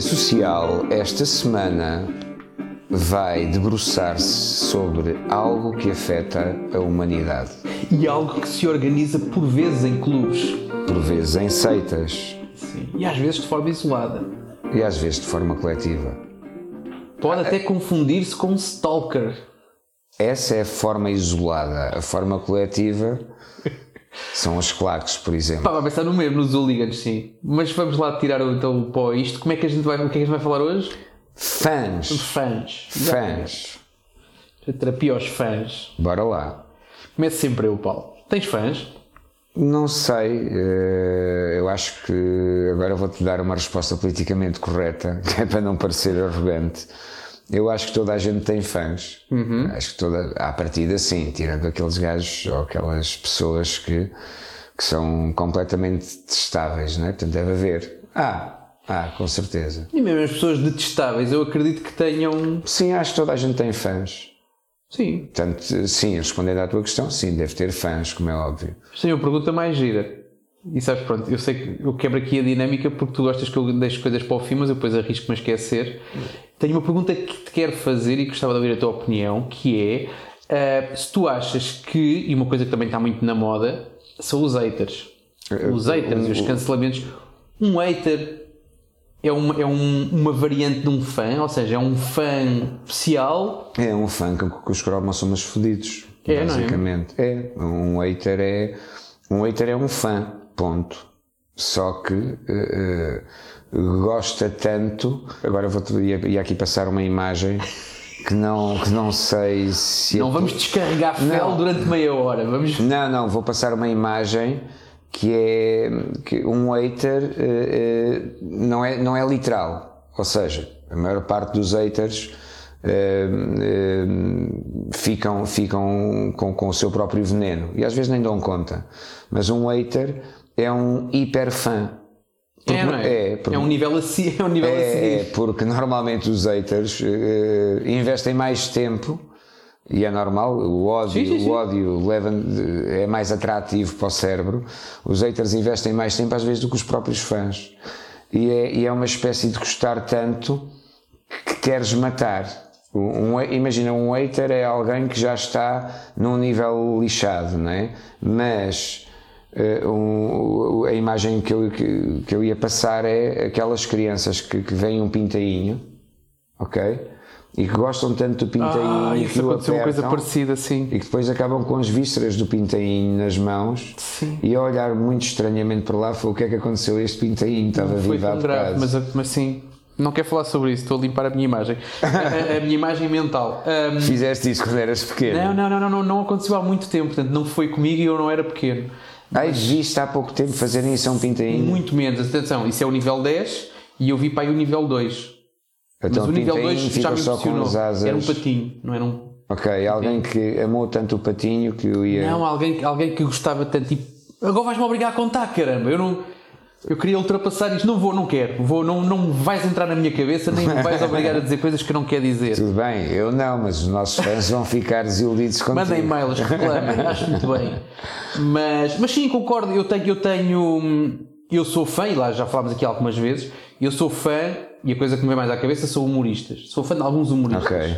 Social esta semana vai debruçar-se sobre algo que afeta a humanidade, E algo que se organiza por vezes em clubes. por vezes em seitas Sim. E às vezes de forma isolada. e às vezes de forma coletiva. Pode até confundir-se com um stalker. Essa é a forma isolada. A forma coletiva são os claques, por exemplo. Estava a pensar no mesmo, nos hooligans, sim. Mas vamos lá tirar então o pó a isto. Como é que a gente vai, o que é que a gente vai falar hoje? Fãs. Fãs. Fãs. Terapia aos fãs. Bora lá. Começo sempre eu, Paulo. Tens fãs? Não sei, eh, eu acho que agora vou-te dar uma resposta politicamente correta, que é para não parecer arrogante. Eu acho que toda a gente tem fãs. Acho que toda, à partida, sim, tirando aqueles gajos ou aquelas pessoas que, que são completamente testáveis, não é? Portanto, deve haver. Ah, ah, com certeza. E mesmo as pessoas detestáveis, eu acredito que tenham. Sim, acho que toda a gente tem fãs. Sim. Portanto, sim, respondendo à tua questão, sim, deve ter fãs, como é óbvio. Sim, a pergunta mais gira. E sabes, pronto, eu sei que eu quebro aqui a dinâmica porque tu gostas que eu deixe coisas para o fim, mas eu depois arrisco-me a esquecer. Tenho uma pergunta que te quero fazer e gostava de ouvir a tua opinião, que é ah, se tu achas que, e uma coisa que também está muito na moda, são os haters. Os haters e os cancelamentos. Um hater é, uma, é um- uma variante de um fã, ou seja, é um fã especial. É um fã que, que os cromas são mais fodidos, É, não é? basicamente. É, Um hater é. Um hater é um fã, ponto. Só que eh, eh, gosta tanto. Agora vou-te ia, ia aqui passar uma imagem que não, que não sei se. Não a vamos descarregar fel durante meia hora, vamos Não, não, vou passar uma imagem que é que um hater eh, eh, não, é, não é literal. Ou seja, a maior parte dos haters eh, eh, ficam, ficam com, com o seu próprio veneno e às vezes nem dão conta. Mas um hater é um hiperfã. É, não é? é, porque- é um nível a si, é um nível a É, é, seguir. porque normalmente os haters eh, investem mais tempo e é normal, o ódio, Sim, sim, sim. O ódio leva, é mais atrativo para o cérebro. Os haters investem mais tempo às vezes do que os próprios fãs. E é, e é uma espécie de gostar tanto que queres matar. Um- um- imagina, um hater é alguém que já está num nível lixado, não é? Mas eh, um- a imagem que eu, que, que eu ia passar é aquelas crianças que, que veem um pintainho, ok? E que gostam tanto do pintainho Ah, que isso o aconteceu uma coisa apertam parecida, sim. e que depois acabam com as vísceras do pintainho nas mãos Sim. e a olhar muito estranhamente para lá foi o que é que aconteceu a este pintainho estava Foi vivo há tão grave, bocado mas, mas sim. Não quero falar sobre isso, estou a limpar a minha imagem. A, a- a minha imagem mental. Ahm, fizeste isso quando eras pequeno não, não, não, não, não, não aconteceu há muito tempo, portanto, não foi comigo e eu não era pequeno. Ai, viste há pouco tempo fazerem isso a um pintainho Muito menos, atenção, isso é o nível 10 e eu vi para aí o nível 2. Mas então o o nível pintainho 2 já fica me só com impressionou. as asas Era um patinho, não era um. ok, alguém que amou tanto o patinho que o ia Não, alguém, alguém que gostava tanto. Tipo, agora vais-me obrigar a contar, caramba. Eu não. Eu queria ultrapassar isto. Não vou, não quero. Vou, não, não vais entrar na minha cabeça, nem me vais obrigar a dizer coisas que eu não quero dizer. tudo bem, eu não mas os nossos fãs vão ficar desiludidos contigo Mandem e-mails, reclamem, acho muito bem. Mas, mas sim, concordo. Eu tenho, eu tenho. Eu sou fã, e lá já falámos aqui algumas vezes. Eu sou fã, e a coisa que me vem mais à cabeça são humoristas. Sou fã de alguns humoristas. ok,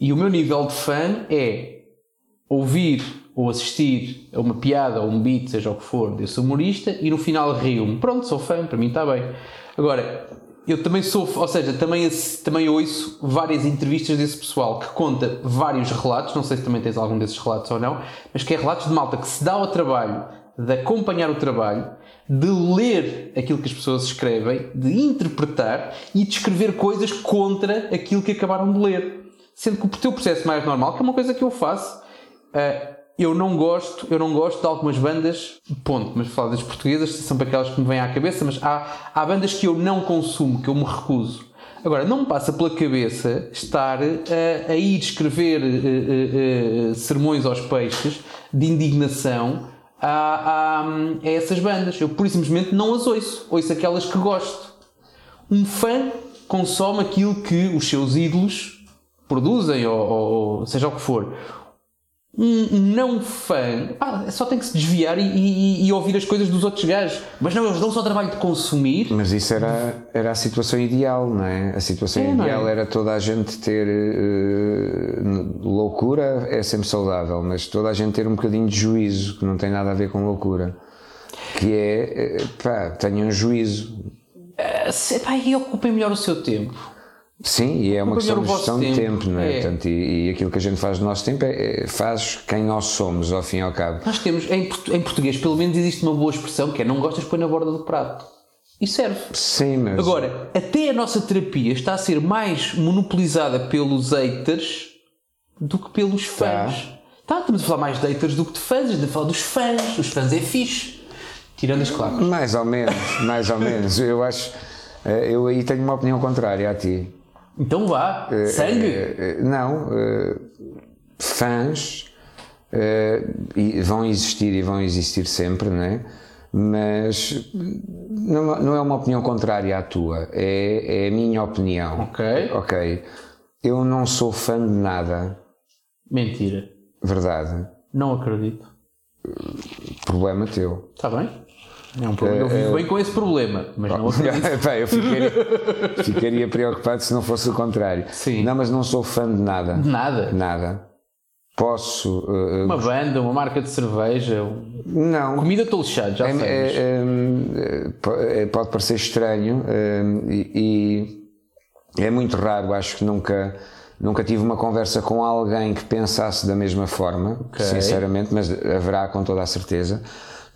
E o meu nível de fã é ouvir ou assistir a uma piada ou um beat, seja o que for, desse humorista e no final rio-me. Pronto, sou fã, para mim está bem. Agora, eu também sou, ou seja, também, ass- também ouço várias entrevistas desse pessoal que conta vários relatos, não sei se também tens algum desses relatos ou não, mas que é relatos de malta que se dá ao trabalho de acompanhar o trabalho, de ler aquilo que as pessoas escrevem, de interpretar e de escrever coisas contra aquilo que acabaram de ler. Sendo que o teu processo mais normal, que é uma coisa que eu faço, ah, eu não gosto, eu não gosto de algumas bandas, ponto, mas falar das portuguesas são para aquelas que me vêm à cabeça, mas há, há bandas que eu não consumo, que eu me recuso. Agora, não me passa pela cabeça estar ah, a ir escrever ah, ah, ah, sermões aos peixes de indignação a, a- a essas bandas. Eu, por simplesmente, não as ouço. Ouço aquelas que gosto. Um fã consome aquilo que os seus ídolos produzem, ou, ou- ou seja o que for. um não fã pá, só tem que se desviar e, e- e ouvir as coisas dos outros gajos. Mas não, eles dão só o trabalho de consumir. Mas isso era, era a situação ideal, não é? A situação É, não é? ideal era toda a gente ter. eh, n- loucura é sempre saudável, mas toda a gente ter um bocadinho de juízo, que não tem nada a ver com loucura. Que é. eh, pá, tenham juízo. Ah, se- pá, e ocupem melhor o seu tempo. Sim, e é uma Acompanhar questão o de vosso gestão de tempo, tempo, não é? é. Portanto, e, e aquilo que a gente faz do nosso tempo é, é- faz quem nós somos, ao fim e ao cabo. Nós temos, em, portu- em português, pelo menos existe uma boa expressão que é não gostas, põe na borda do prato. E serve. Sim, mas. Agora, até a nossa terapia está a ser mais monopolizada pelos haters do que pelos Tá. fãs. Tá, estamos a falar mais de haters do que de fãs, estamos a falar dos fãs, os fãs é fixe. Tirando as claras. Mais ou menos, mais ou menos. Eu acho. eh, Eu aí tenho uma opinião contrária a ti. Então vá, sangue. Eh, eh, Não, eh, fãs eh, e- vão existir e vão existir sempre, não é? Mas não, não é uma opinião contrária à tua, é, é a minha opinião. Ok. Ok. Eu não sou fã de nada, Mentira. verdade. Não acredito. Problema teu. Está bem? É um problema. Eu vivo bem com esse problema, mas Ah. não acredito. Pá, eu ficaria, ficaria preocupado se não fosse o contrário. Sim. Não, mas não sou fã de nada. de Nada. Nada. Posso. eh, eh, Uma banda, uma marca de cerveja. um- não. Comida estou lixado, já É, sabes. é, é, po- é, pode parecer estranho é, e, e é muito raro, acho que nunca, nunca tive uma conversa com alguém que pensasse da mesma forma, sinceramente, mas haverá com toda a certeza.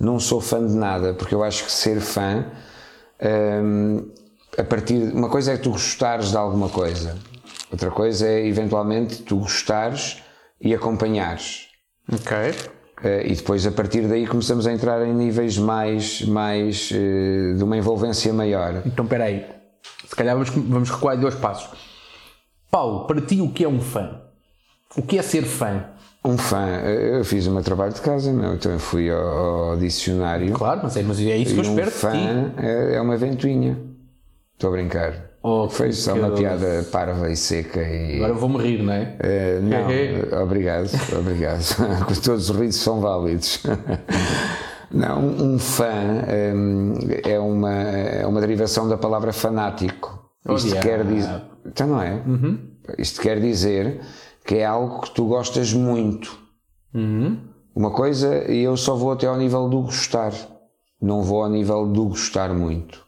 Não sou fã de nada, porque eu acho que ser fã é, a partir uma coisa é tu gostares de alguma coisa, outra coisa é eventualmente tu gostares e acompanhares. Ok. Eh, e depois a partir daí começamos a entrar em níveis mais, mais eh, de uma envolvência maior. Então, espera aí. Se calhar vamos, vamos recuar dois passos. Paulo, para ti o que é um fã? O que é ser fã? Um fã, eh, eu fiz o meu trabalho de casa, meu, então eu fui ao, ao dicionário Claro, mas é, mas é isso que e eu um espero fã de ti. é, é uma ventoinha. Estou a brincar. Oh, Foi só uma que- piada parva e seca e. Agora eu vou-me rir, não é? Eh, não, eh, obrigado, obrigado. Todos os risos são válidos. Não, um, um fã eh, é uma, é uma derivação da palavra fanático. Oh, Isto diabo. quer dizer. Então não é? Isto quer dizer que é algo que tu gostas muito. Uma coisa, e eu só vou até ao nível do gostar. Não vou ao nível do gostar muito.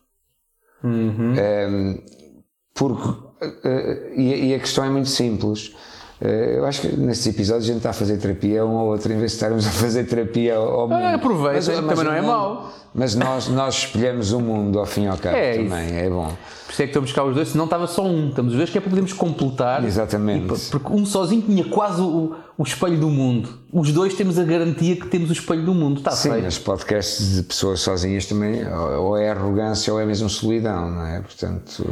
Porque, eh, e, e a questão é muito simples. Eh, Eu acho que nestes episódios a gente está a fazer terapia um ao outro, em vez de estarmos a fazer terapia ao ao mundo. Ah, aproveita, também o não é mundo- mau. Mas nós, nós espelhamos o mundo ao fim e ao cabo É isso. também, é bom. Por isso é que estamos cá os dois, se não estava só um, estamos os dois que é para podermos completar. Exatamente. E pa- Porque um sozinho tinha quase o, o espelho do mundo. Os dois temos a garantia que temos o espelho do mundo, está Sim, feito. mas podcasts de pessoas sozinhas também, ou ou é arrogância ou é mesmo solidão, não é? Portanto,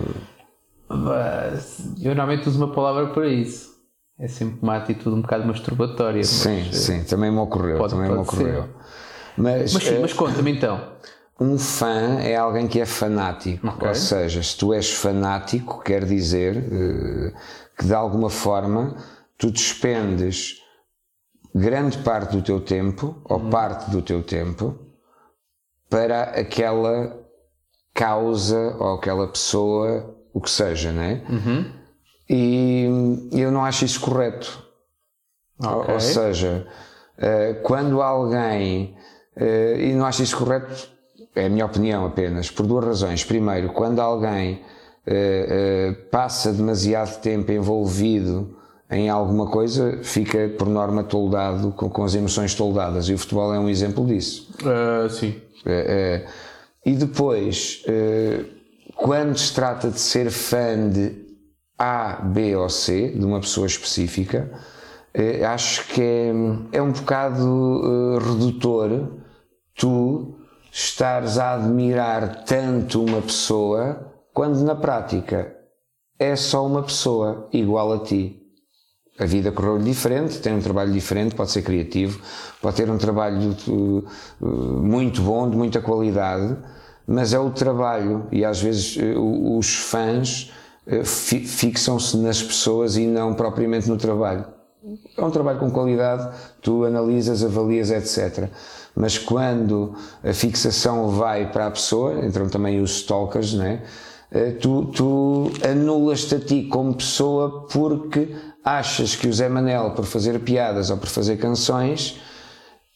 Mas eu normalmente uso uma palavra para isso. É sempre uma atitude um bocado masturbatória. mas- eh, sim, sim, também me ocorreu, pode- também me pode ser. ocorreu. Mas, Mas eh, sim, mas conta-me então. Um fã é alguém que é fanático, Ok. ou seja, se tu és fanático, quer dizer eh, que de alguma forma tu despendes grande parte do teu tempo ou parte do teu tempo para aquela causa ou aquela pessoa, o que seja, né? E eu não acho isso correto. Ou- Ok. Ou seja, eh, quando alguém. eh, E não acho isso correto, é a minha opinião apenas, por duas razões. Primeiro, quando alguém eh, eh, passa demasiado tempo envolvido em alguma coisa, fica por norma toldado, com, com as emoções toldadas. E o futebol é um exemplo disso. Ah, sim. Eh, eh, e depois, eh, quando se trata de ser fã de A, B ou C, de uma pessoa específica, eh, acho que é, é um bocado eh, redutor tu estares a admirar tanto uma pessoa quando na prática é só uma pessoa igual a ti. A vida correu diferente, tem um trabalho diferente, pode ser criativo, pode ter um trabalho uh, uh, muito bom, de muita qualidade, mas é o trabalho e às vezes uh, o- os eh, fãs uh, fi- fixam-se nas pessoas e não propriamente no trabalho. é um trabalho com qualidade, tu analisas, avalias, etc. Mas quando a fixação vai para a pessoa, entram também os stalkers, né? tu, tu anulas-te a ti como pessoa porque achas que o Zé Manel, por fazer piadas ou por fazer canções,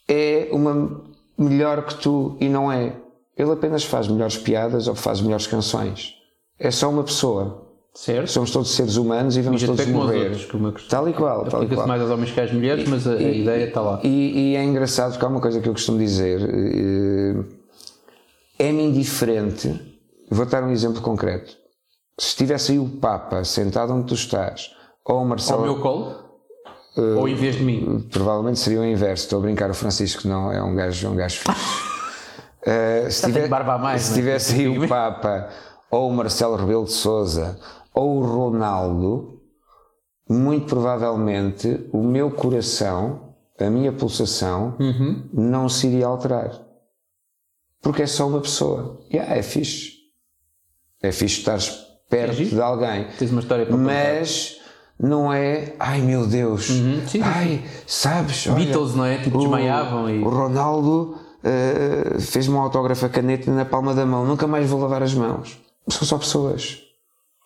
é uma melhor que tu e não é. Ele apenas faz melhores piadas ou faz melhores canções. É só uma pessoa. Certo? Somos todos seres humanos e vamos Mas todos até como aos morrer. outros, que uma questão- Tal e qual, tal e Aplica-se qual. mais aos homens que às mulheres, mas a, a ideia está lá. E, e é engraçado porque há uma coisa que eu costumo dizer: eh, é-me indiferente. Vou dar um exemplo concreto. Se estivesse aí o Papa sentado onde tu estás, ou o Ao Marcelo. meu colo? ou em vez de mim? Provavelmente seria o inverso. Estou a brincar, o Francisco não é um gajo, um gajo fixe. Eh, se tem barba a mais, se não é? tivesse aí o Papa, ou o Marcelo Rebelo de Souza, ou o Ronaldo, muito provavelmente o meu coração, a minha pulsação, Uhum. não se iria alterar. Porque é só uma pessoa. Yeah, é fixe. É fixe estar perto É giro. de alguém Tens uma história para contar. mas não é ai meu Deus, Uhum. sim, sim. ai, sabes, olha, Beatles, não é? Tipo, o- desmaiavam e. O Ronaldo eh, fez-me um autógrafo a caneta na palma da mão, nunca mais vou lavar as mãos. São só pessoas.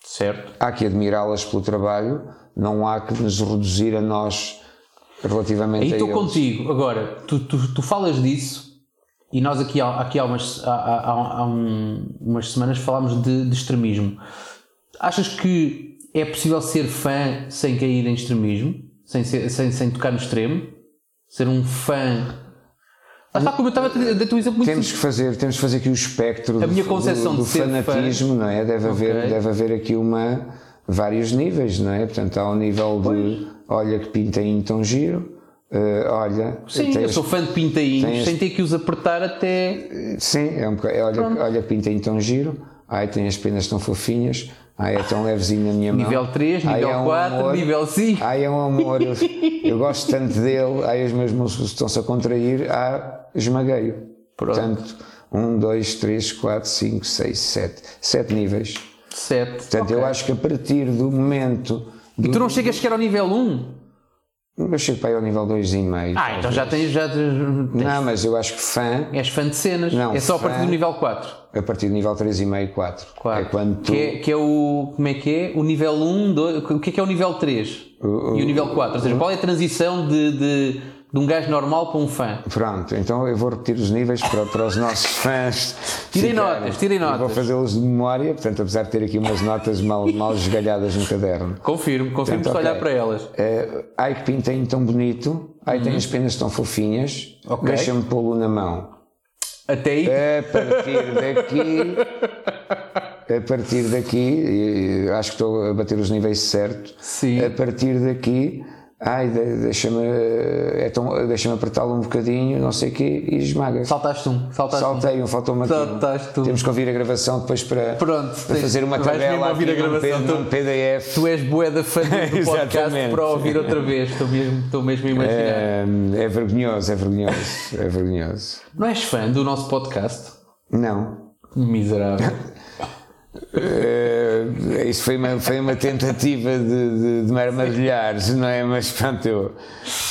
Certo. Há que admirá-las pelo trabalho, não há que nos reduzir a nós relativamente Aí a estou eles. contigo. Agora, tu, tu, tu falas disso e nós aqui há, aqui há, umas, há, há- há- há um- umas semanas falámos de, de extremismo. Achas que é possível ser fã sem cair em extremismo? Sem, ser- sem, sem tocar no extremo? Ser um fã. Lá está como eu estava a te- dar-te um exemplo muito Temos que fazer, temos que fazer aqui o espectro do- minha do, concepção do de ser fã- fanatismo, não é? Deve haver, Ok. deve haver aqui uma vários níveis, não é? Portanto, há o nível de olha que pinta em tão giro, eh, olha, Sim, tem eu este- sou fã de pintainhos, tens- sem ter que os apertar até. sim, é um bocado, é, olha, olha que pinta em tão giro, ai tem as penas tão fofinhas, ai é tão levezinho na minha mão. Nível 3, Ai, nível é um 4, amor. nível 5. Ai, é um amor, eu, eu gosto tanto dele, ai os meus músculos estão-se a contrair, ah, esmaguei-o. Pronto. Portanto, um, dois, três, quatro, cinco, seis, sete. Sete níveis. 7. Ah. Portanto, um- eu acho que a partir do momento. E Do, tu não chegas sequer ao nível 1? eu chego para aí ao nível 2,5. Ah, então já tens. Já tens Não, mas eu acho que fã, és fã de cenas. Não, é só a fã- partir do nível 4. a partir do nível 3,5, 4. Claro. É quando tu. que, é, que é o. Como é que é? O nível 1. dois- o que é que é o nível 3? e o nível 4. Ou seja, qual é a transição de, de, de um gajo normal para um fã? Pronto, então eu vou repetir os níveis para, para os nossos fãs. Tirem ficarem. notas, tirem Eu Vou notas. fazê-los de memória, portanto, apesar de ter aqui umas notas mal, mal esgalhadas no caderno. Confirmo, confirmo Portanto, se olhar Então, ok. para elas. Eh, ai que pintinho tão bonito, ai tem as penas tão fofinhas, Uhum. Ok. deixa-me pô-lo na mão. Até aí. A partir daqui, a partir daqui, e- e acho que estou a bater os níveis certo. Sim. A partir daqui, ai de- deixa-me eh, é tão- deixa-me apertá-lo um bocadinho, não sei o quê, e esmaga. Saltaste um. Saltaste um. Saltei um, faltou uma Saltaste um. Temos que ouvir a gravação depois para, Pronto, para fazer uma vais mesmo tabela ouvir aqui a num gravação, P- tu- num PDF. Tu és bué da fã do podcast Exatamente. para ouvir outra vez, estou mesmo, estou mesmo a imaginar. Eh, é vergonhoso, é vergonhoso, é vergonhoso. Não és fã do nosso podcast? Não. Miserável. Eh, isso foi uma, foi uma tentativa de, de, de me armadilhar, não é? Mas pronto, eu.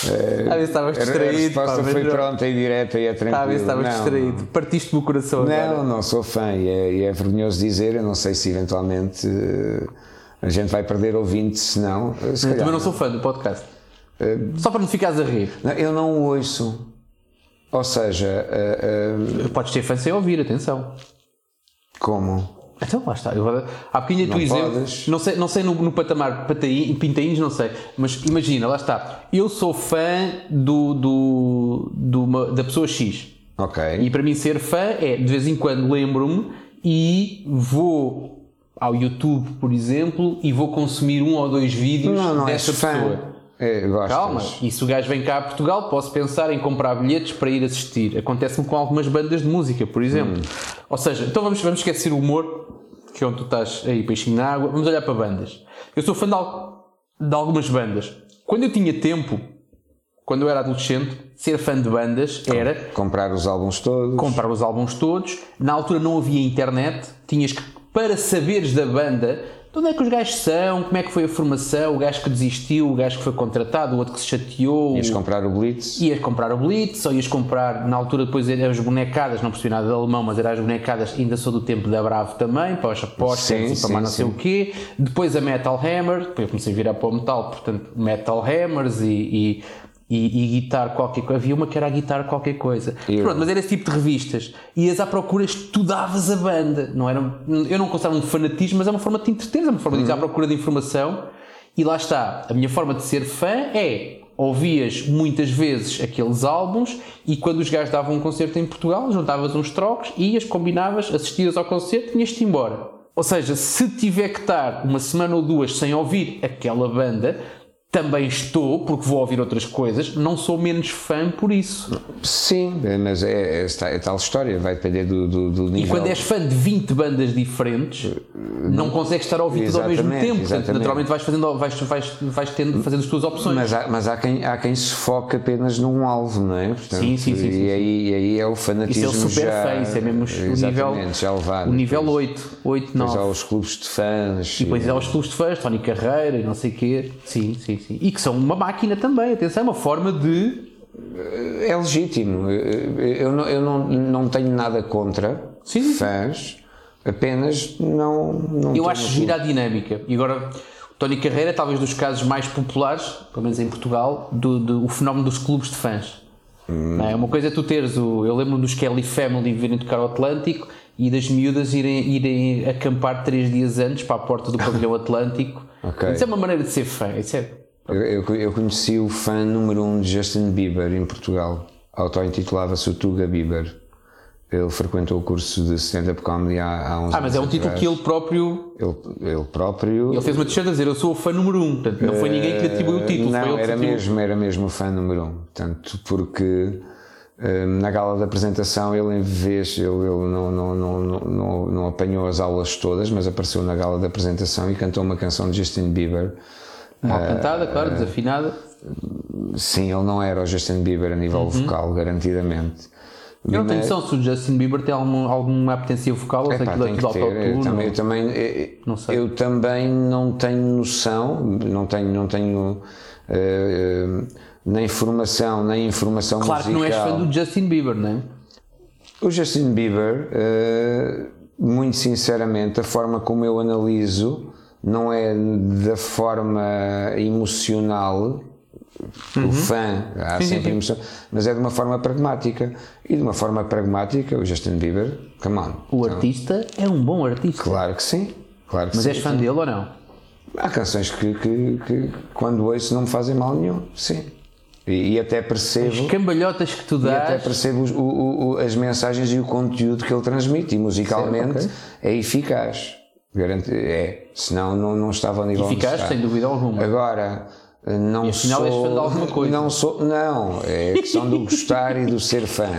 eh, Às vezes estavas a- distraído, A pá, resposta mas foi não. pronta e direta e é tranquila. Está a ver Tá, se estavas Não, distraído. Partiste-me o coração agora. Não, não sou fã e é, e é vergonhoso dizer. Eu não sei se eventualmente eh, a gente vai perder ouvinte, se não. eh, Se calhar, Também não sou fã do podcast. Só para não ficares a rir. Não, eu não o ouço. Ou seja, eh, eh, Podes ser fã sem ouvir, atenção. como? Então lá está. Eu vou- Há bocadinho tu Não exemplo. podes. Não sei, não sei no, no patamar pataí- pintainhos, não sei. Mas imagina, lá está. Eu sou fã do, do, do uma- da pessoa X. Ok. E para mim ser fã é, de vez em quando lembro-me e vou ao YouTube, por exemplo, e vou consumir um ou dois vídeos não, não és dessa fã. pessoa. É, gostas. Calma, e se o gajo vem cá a Portugal, posso pensar em comprar bilhetes para ir assistir. Acontece-me com algumas bandas de música, por exemplo. Ou seja, então vamos, vamos esquecer o humor, que é onde tu estás aí, peixinho na água, vamos olhar para bandas. Eu sou fã de, al- de algumas bandas. Quando eu tinha tempo, quando eu era adolescente, ser fã de bandas era Comprar os álbuns todos. comprar os álbuns todos. Na altura não havia internet, tinhas que, para saberes da banda, de onde é que os gajos são, como é que foi a formação, o gajo que desistiu, o gajo que foi contratado, o outro que se chateou. Ias comprar o Blitz. Ias comprar o Blitz, ou ias comprar, na altura depois era as bonecadas, não percebi nada de alemão, mas era as bonecadas, ainda sou do tempo da Bravo também, para os Sim, apostas e para sim, mais não sei sim. o quê. Depois a Metal Hammer, depois eu comecei a virar para o metal, portanto, Metal Hammers e, e, e, e guitar qualquer coisa. Havia uma que era a guitar qualquer coisa. Eu. Pronto, mas era esse tipo de revistas. Ias à procura, estudavas a banda. Não era, eu não considerava um fanatismo, mas é uma forma de te entreteres, é uma forma de Uhum. ir à procura de informação. E lá está, a minha forma de ser fã é ouvias muitas vezes aqueles álbuns e quando os gajos davam um concerto em Portugal, juntavas uns trocos, ias, combinavas, assistias ao concerto, vinhas-te embora. Ou seja, se tiver que estar uma semana ou duas sem ouvir aquela banda, também estou, porque vou ouvir outras coisas, não sou menos fã por isso. Sim, mas é, é esta- é tal história, vai depender do, do, do nível. E quando é és fã de 20 bandas diferentes, não consegues estar a ouvir tudo ao mesmo Exatamente, tempo. Portanto, exatamente. naturalmente vais fazendo, vais, vais, vais tendo, fazendo as tuas opções. Mas há, mas há quem, há quem se foca apenas num alvo, não é? Portanto, Sim, sim, sim, E, sim, aí, e aí é o Isso fanatismo é o super já, fã, isso é mesmo o nível, exatamente, já elevado. o nível Depois- 8, 8, Depois 9. há é. os clubes de fãs. E depois há os clubes é, de fãs, Tony Carreira e não sei o quê. Sim, sim, sim. E que são uma máquina também, atenção, é uma forma de. É legítimo. Eu não, eu não, não tenho nada contra Sim, sim, sim. fãs, apenas não. não Eu tenho- acho gira a dinâmica. E agora, o Tony Carreira é talvez dos casos mais populares, pelo menos em Portugal, do, do- o fenómeno dos clubes de fãs. Hum. Não é? Uma coisa é tu teres o. Eu lembro dos Kelly Family virem tocar ao Atlântico e das miúdas irem, irem acampar três dias antes para a porta do pavilhão Atlântico. Ok. Isso é uma maneira de ser fã, isso é. Eu, eu- eu conheci o fã número um de Justin Bieber em Portugal. Auto-intitulava-se o Tuga Bieber. Ele frequentou o curso de stand-up comedy há, há uns Ah, mas é um anos título atrás. que ele próprio Ele, ele próprio. Ele fez uma t-shirt a dizer eu sou o fã número 1, um. portanto não foi ninguém que lhe atribuiu o título, Eh, Não, foi ele que era atribuiu. mesmo, era mesmo o fã número um. Tanto porque eh, na gala da apresentação ele em vez, ele, ele não, não, não, não, não, não apanhou as aulas todas, mas apareceu na gala da apresentação e cantou uma canção de Justin Bieber. Mal cantada, Eh, claro, desafinada. Sim, ele não era o Justin Bieber a nível vocal, garantidamente. Uhum. Eu não tenho Mas- noção se o Justin Bieber tem algum, alguma apetência vocal ou se Epá, aquilo é tem que tudo ter. Eu também, eu autotune. também, eu, Não sei. eu também não tenho noção, não tenho, não tenho eh, eh, nem formação, nem informação Claro que musical. não és fã do Justin Bieber, não é? O Justin Bieber, eh, muito sinceramente, a forma como eu analiso não é da forma emocional. O fã, há Uhum. Sim, sim, sempre sim. emoção, mas é de uma forma pragmática. E de uma forma pragmática, o Justin Bieber, come on. O artista é um bom artista. Claro que sim, claro que Mas sim. és fã dele ou não? Há canções que, que- que quando ouço não me fazem mal nenhum, sim. E, e até percebo, As cambalhotas que tu e até dás. percebo os- o- o- o- as mensagens e o conteúdo que ele transmite. E musicalmente é eficaz. Garanto, é, senão não, não estava ao nível onde Eficaz, está. sem dúvida alguma. Agora, não afinal sou. és fã de alguma coisa. Não sou. Não, é a questão do gostar e do ser fã.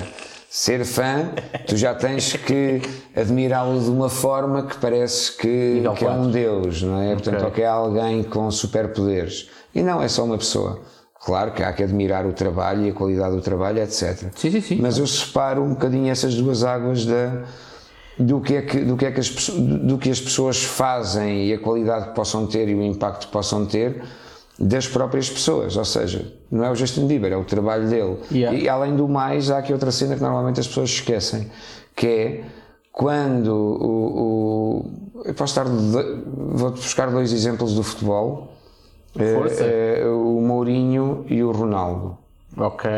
Ser fã, tu já tens que admirá-lo de uma forma que parece que, Nível que é um quatro. Deus, não é? Portanto, Ok. ou que é alguém com superpoderes. E não, é só uma pessoa. Claro que há que admirar o trabalho e a qualidade do trabalho, etc. Sim, sim, sim. Mas eu separo um bocadinho essas duas águas da, do, que é que, do, que é que as, pesso- do que as pessoas fazem e a qualidade que possam ter e o impacto que possam ter das próprias pessoas. Ou seja, não é o Justin Bieber, é o trabalho dele. Yeah. E além do mais, há aqui outra cena que normalmente as pessoas esquecem, que é quando o. o- eu posso estar. de- Vou-te buscar dois exemplos do futebol. Força. Eh, o Mourinho e o Ronaldo Ok.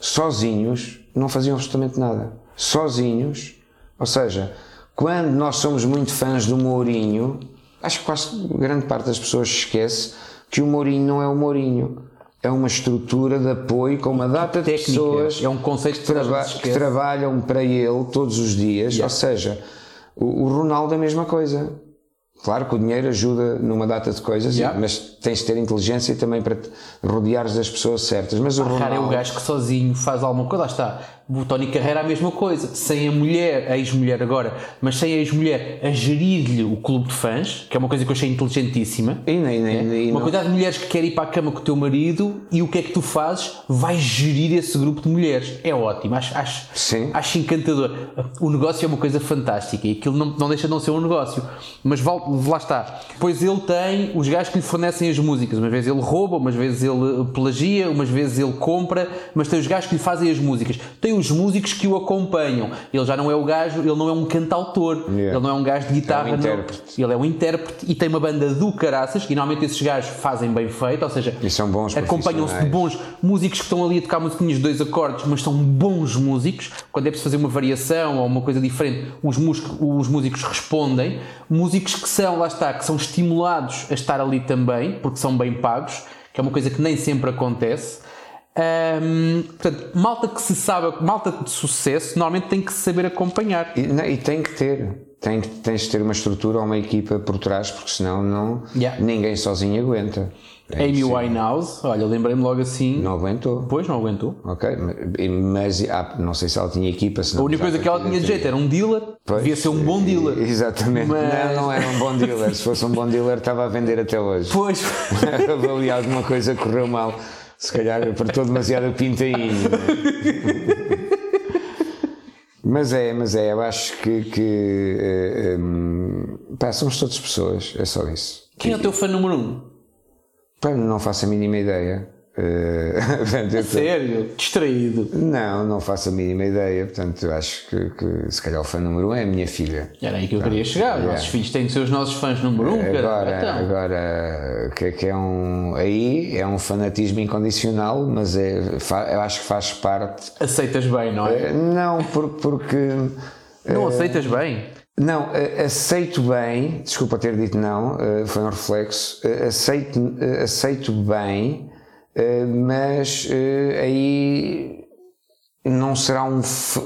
sozinhos não faziam absolutamente nada. Sozinhos, ou seja, quando nós somos muito fãs do Mourinho, acho que quase grande parte das pessoas esquece que o Mourinho não é o Mourinho. É uma estrutura de apoio com uma data de Técnica. pessoas É um conceito que toda a traba- gente se que esquece. trabalham para ele todos os dias. Ou seja, o, o Ronaldo é a mesma coisa. Claro que o dinheiro ajuda numa data de coisas, Yeah. mas tens de ter inteligência também para te rodeares das pessoas certas. Mas o Cara, é Ronaldo. o gajo que sozinho faz alguma coisa. Lá está. O Tony Carreira a mesma coisa, sem a mulher, a ex-mulher agora, mas sem a ex-mulher a gerir-lhe o clube de fãs, que é uma coisa que eu achei inteligentíssima. E nem, nem, nem, É. Uma não- quantidade de mulheres que querem ir para a cama com o teu marido e o que é que tu fazes? Vais gerir esse grupo de mulheres. É ótimo, acho, acho, Sim. acho encantador. O negócio é uma coisa fantástica e aquilo não, não deixa de não ser um negócio. Mas val- lá está. Pois ele tem os gajos que lhe fornecem as músicas. Umas vezes ele rouba, umas vezes ele plagia, umas vezes ele compra, mas tem os gajos que lhe fazem as músicas. Tem os músicos que o acompanham. Ele já não é o gajo, ele não é um cantautor, Yeah. ele não é um gajo de guitarra. não. intérprete. Ele é um intérprete e tem uma banda do caraças e normalmente esses gajos fazem bem feito, ou seja, E são bons acompanham-se de profissionais. bons músicos que estão ali a tocar musiquinhas de dois acordes, mas são bons músicos. Quando é preciso fazer uma variação ou uma coisa diferente, os, mus- os músicos respondem. Músicos que são, lá está, que são estimulados a estar ali também, porque são bem pagos, que é uma coisa que nem sempre acontece. Ahm, portanto, malta que se sabe, malta de sucesso, normalmente tem que se saber acompanhar. E, não, e tem que ter. Tem, que- tens de ter uma estrutura ou uma equipa por trás, porque senão não, Yeah. ninguém sozinho aguenta. É Amy impossível. Winehouse, olha, lembrei-me logo assim, Não aguentou. depois não aguentou. Ok, mas ah, não sei se ela tinha equipa. A única coisa que ela tinha de assim. jeito era um dealer, devia ser um bom dealer. Exatamente. Mas- Não, não era um bom dealer. Se fosse um bom dealer, estava a vender até hoje. Pois, Ali alguma coisa correu mal. Se calhar apertou demasiado o pintainho. é? mas é, mas é. Eu acho que. que eh, hum, pá, somos todas pessoas. É só isso. quem é o teu fã número um? Pá, não faço a mínima ideia. Eh, portanto, eu tô- Sério? Distraído. não, não faço a mínima ideia. Portanto, eu acho que, que se calhar o fã número um é a minha filha. Era aí que eu queria chegar. Os nossos filhos têm que ser os nossos fãs número um, é. Agora, cara. Então, agora o que é que é um. Aí é um fanatismo incondicional, mas é, fa- eu acho que faz parte. aceitas bem, não é? Eh, Não, por- porque. É, Não aceitas bem? Não, eh, aceito bem, desculpa ter dito não, eh, foi um reflexo, eh, aceito, eh, aceito bem, eh, mas eh, aí não será um. f-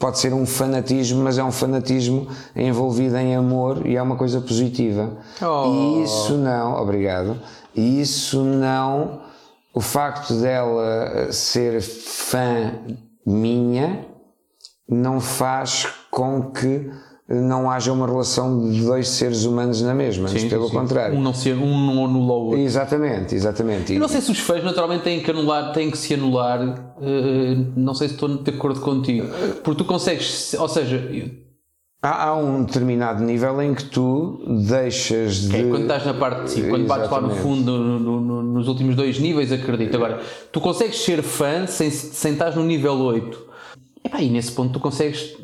pode ser um fanatismo, mas é um fanatismo envolvido em amor e é uma coisa positiva. Oh. E isso não, obrigado, e isso não. O facto dela eh, ser fã minha não faz com que não haja uma relação de dois seres humanos na mesma, antes pelo Sim. contrário. Um não, ser, um não anula o outro. Exatamente, exatamente. E- Eu não sei se os fãs naturalmente têm que anular, têm que se anular. eh, não sei se estou de acordo contigo. Porque tu consegues, ou seja, Há, há um determinado nível em que tu deixas de. É, quando estás na parte de cima, quando bates lá no Eh, Exatamente. fundo, no- no- no- nos últimos dois níveis, acredito. Agora, tu consegues ser fã sem, sem estás no nível 8. Epá, e nesse ponto tu consegues.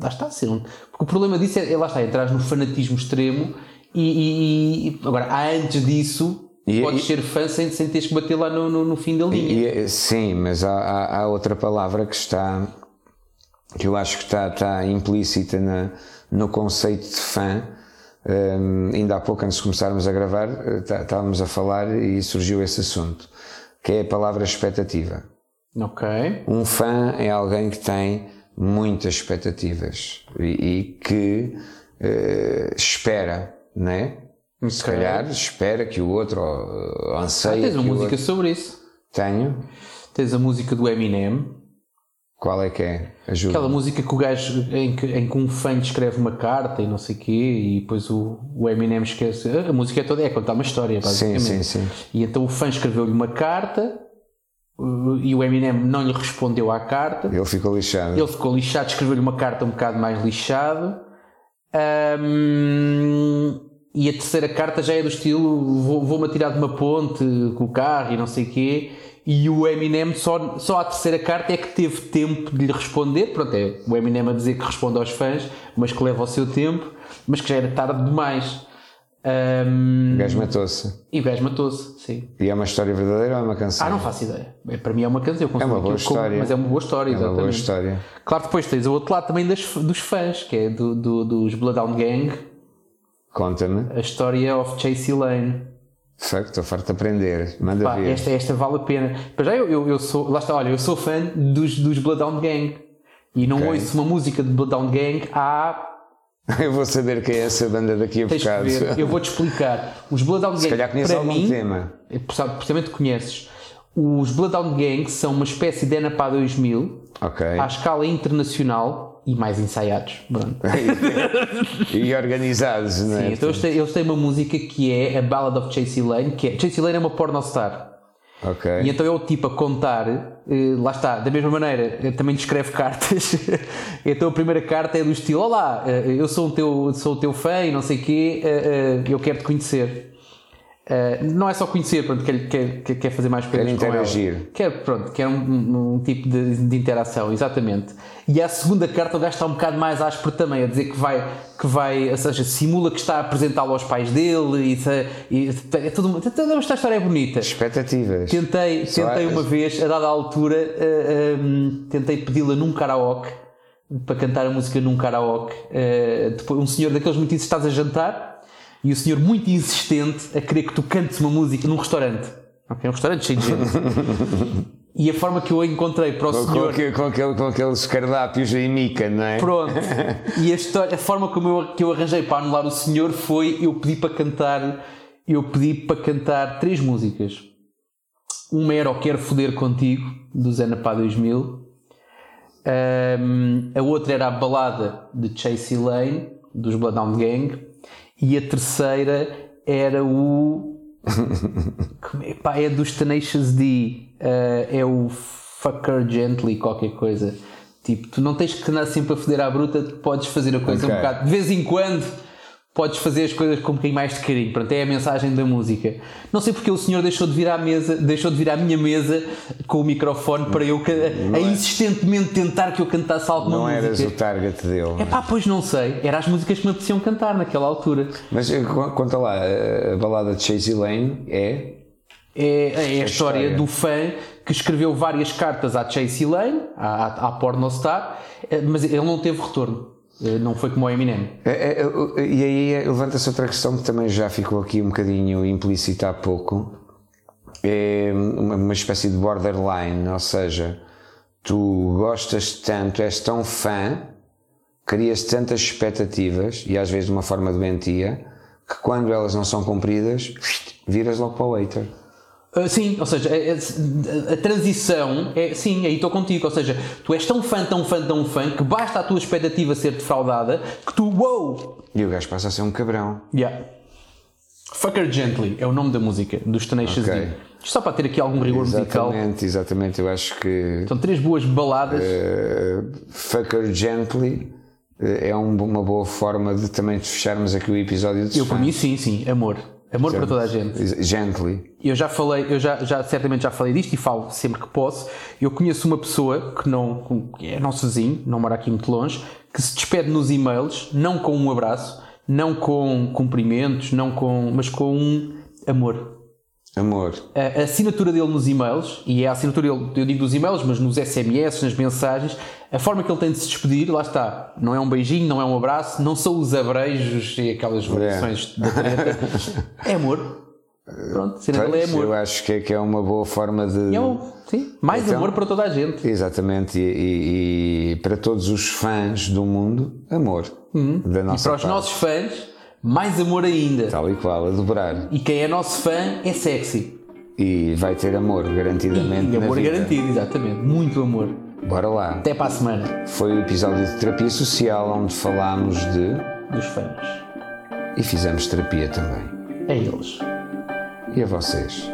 Lá está a ser um. Porque o problema disso é, é lá está, entras no fanatismo extremo e. e- e- agora, há antes disso, E- é, podes e- ser fã sem, sem teres que bater lá no, no- no fim da linha. E, eh, sim, mas há, há- há outra palavra que está. que eu acho que está, está implícita na- no conceito de fã. Hum, ainda há pouco, antes de começarmos a gravar, eh, tá- estávamos a falar e surgiu esse assunto, que é a palavra expectativa. Ok. Um fã é alguém que tem muitas expectativas e, e que eh, espera, não é? Se Ok. Ah, calhar espera que o outro ou, ou anseia. Tens que uma o música outro... sobre isso. Tenho. Tens a música do Eminem, Qual é que é? Ajuda. Aquela música que o gajo em que, em que um fã lhe escreve uma carta e não sei quê, e depois o, o Eminem esquece. A música é toda é contar uma história, Sim, basicamente. sim, sim. E então o fã escreveu-lhe uma carta uh, e o Eminem não lhe respondeu à carta. Ele ficou lixado. Ele ficou lixado, escreveu-lhe uma carta um bocado mais lixado. Ahm, e a terceira carta já é do estilo: vou- vou-me atirar de uma ponte com o carro e não sei quê. E o Eminem, só, só à terceira carta é que teve tempo de lhe responder. Pronto, é o Eminem a dizer que responde aos fãs, mas que leva o seu tempo, mas que já era tarde demais. Ahm, O gajo matou-se. e o gajo matou-se, sim. E é uma história verdadeira ou é uma canção? Ah, não faço ideia. É, Para mim é uma canção. eu É uma consumo boa aquilo como- história. mas é uma boa história, É uma boa exatamente. história. Claro, depois tens o outro lado também das- dos fãs, que é do, do- dos Bloodhound Gang, Conta-me. a história of Chasey Lane. Fuck, estou farto de aprender. Manda Pá, ver. esta, esta vale a pena. Para já, eu, eu, eu sou, lá está, olha, eu sou fã dos, dos Bloodhound Gang e não Ok. ouço uma música de Bloodhound Gang há. Eu vou saber quem é essa banda daqui a Tens que bocado. ver, eu vou-te explicar. Os Bloodhound Se Gang, calhar conheço para algum mim, tema. é, sabe, precisamente conheces. Os Bloodhound Gang são uma espécie de Anapá 2000 Ok. à escala internacional e mais ensaiados. Pronto. E organizados, não é? Sim, então eles têm, eles têm uma música que é a Ballad of Chasey Lane, que é Chasey Lane é uma pornostar. Ok. E então é o tipo a contar, eh, lá está, da mesma maneira, eh, também descreve cartas. então a primeira carta é do estilo: Olá, eh, eu sou o teu, sou o teu fã e não sei o quê, eh, eh, eu quero te conhecer. Eh, não é só conhecer, pronto, quer, quer, quer- quer fazer mais coisas com ela. interagir. Quer, pronto, quer um, um- um tipo de, de interação, exatamente. E à segunda carta o gajo está um bocado mais áspero também, a dizer que vai, que vai ou seja, simula que está a apresentá-lo aos pais dele e, se- e é tudo, uma- toda esta história é bonita. Expectativas. Tentei, Só é tentei há- uma vez, a dada altura, eh, ehm, tentei pedi-la num karaoke para cantar a música num karaoke. Eh, depois, um senhor daqueles muito insistentes, estás a jantar e o senhor muito insistente a querer que tu cantes uma música num restaurante. Ok, um restaurante cheio de gente. e a forma que eu a encontrei para o Com, com, senhor. aquele- com, aquele, com aqueles cardápios em mica, não é? Pronto. E a, história- a forma como eu, que eu arranjei para anular o senhor foi eu pedi para cantar, eu pedi para cantar três músicas. Uma era o Quero Foder Contigo, do Zé Napá 2000. Ahm, a outra era a balada de Chasey Lane, dos Bloodhound Gang. E a terceira era o. Como é, pá, é dos Tenacious D. Ah, é o Fucker Gently, qualquer coisa. Tipo, tu não tens que andar sempre a foder à bruta, tu podes fazer a coisa Ok. um bocado. De vez em quando, podes fazer as coisas com um bocadinho mais de carinho. Pronto, é a mensagem da música. Não sei porque o senhor deixou de vir à mesa, deixou de vir à minha mesa com o microfone para eu ca- a insistentemente tentar que eu cantasse alguma é. Não música. eras o target dele. não é? Epá, pois não sei. Eram as músicas que me apeteciam cantar naquela altura. Mas eh, con- conta lá, eh, a balada de Chasey Lane é. É, é a história, história. do fã que escreveu várias cartas à Chasey Lane, à, à, à pornostar, eh, mas ele não teve retorno. Eh, Não foi como o Eminem. É, é, é, E aí eh, levanta-se outra questão que também já ficou aqui um bocadinho implícita há pouco. É uma, uma espécie de borderline, ou seja, tu gostas tanto, és tão fã, crias tantas expectativas, e às vezes de uma forma doentia, que quando elas não são cumpridas, viras logo para o hater. Ah, sim, ou seja, a, a- a transição é sim, aí estou contigo. Ou seja, tu és tão fã, tão fã, tão fã que basta a tua expectativa ser defraudada que tu, wow! E o gajo passa a ser um cabrão. Yeah. Fucker Gently é o nome da música dos Tenacious Ok. D. Isto só para ter aqui algum rigor musical. Exatamente, Eh, exatamente, eu acho que. São três boas baladas. Fucker Gently eh, é um- uma boa forma de também de fecharmos aqui o episódio de eu, para mim, sim, sim, amor. Amor para toda a gente. Gently. eu já falei, eu já, já certamente já falei disto e falo sempre que posso. Eu conheço uma pessoa que não que é nosso vizinho, não mora aqui muito longe, que se despede nos e-mails, não com um abraço, não com cumprimentos, não com, mas com um amor Amor. a a assinatura dele nos e-mails, e é a assinatura dele, eu digo dos e-mails, mas nos SMS, nas mensagens, a forma que ele tem de se despedir, lá está, não é um beijinho, não é um abraço, não são os abreijos e aquelas variações da caneta. É amor. Pronto, a cena dele é Pois, amor. Eu acho que é, que é uma boa forma de. É um- sim, mais Então- amor para toda a gente. Exatamente, e, e- e para todos os fãs do mundo, amor. Da nossa Uhum. Para os parte. nossos fãs, mais amor ainda. Tal e qual, a dobrar. E quem é nosso fã é sexy. E vai ter amor, garantidamente. na E amor vida. garantido, exatamente. Muito amor. Bora lá. Até para a semana Foi o episódio de terapia social onde falámos de. dos fãs. e fizemos terapia também. É eles. E a vocês?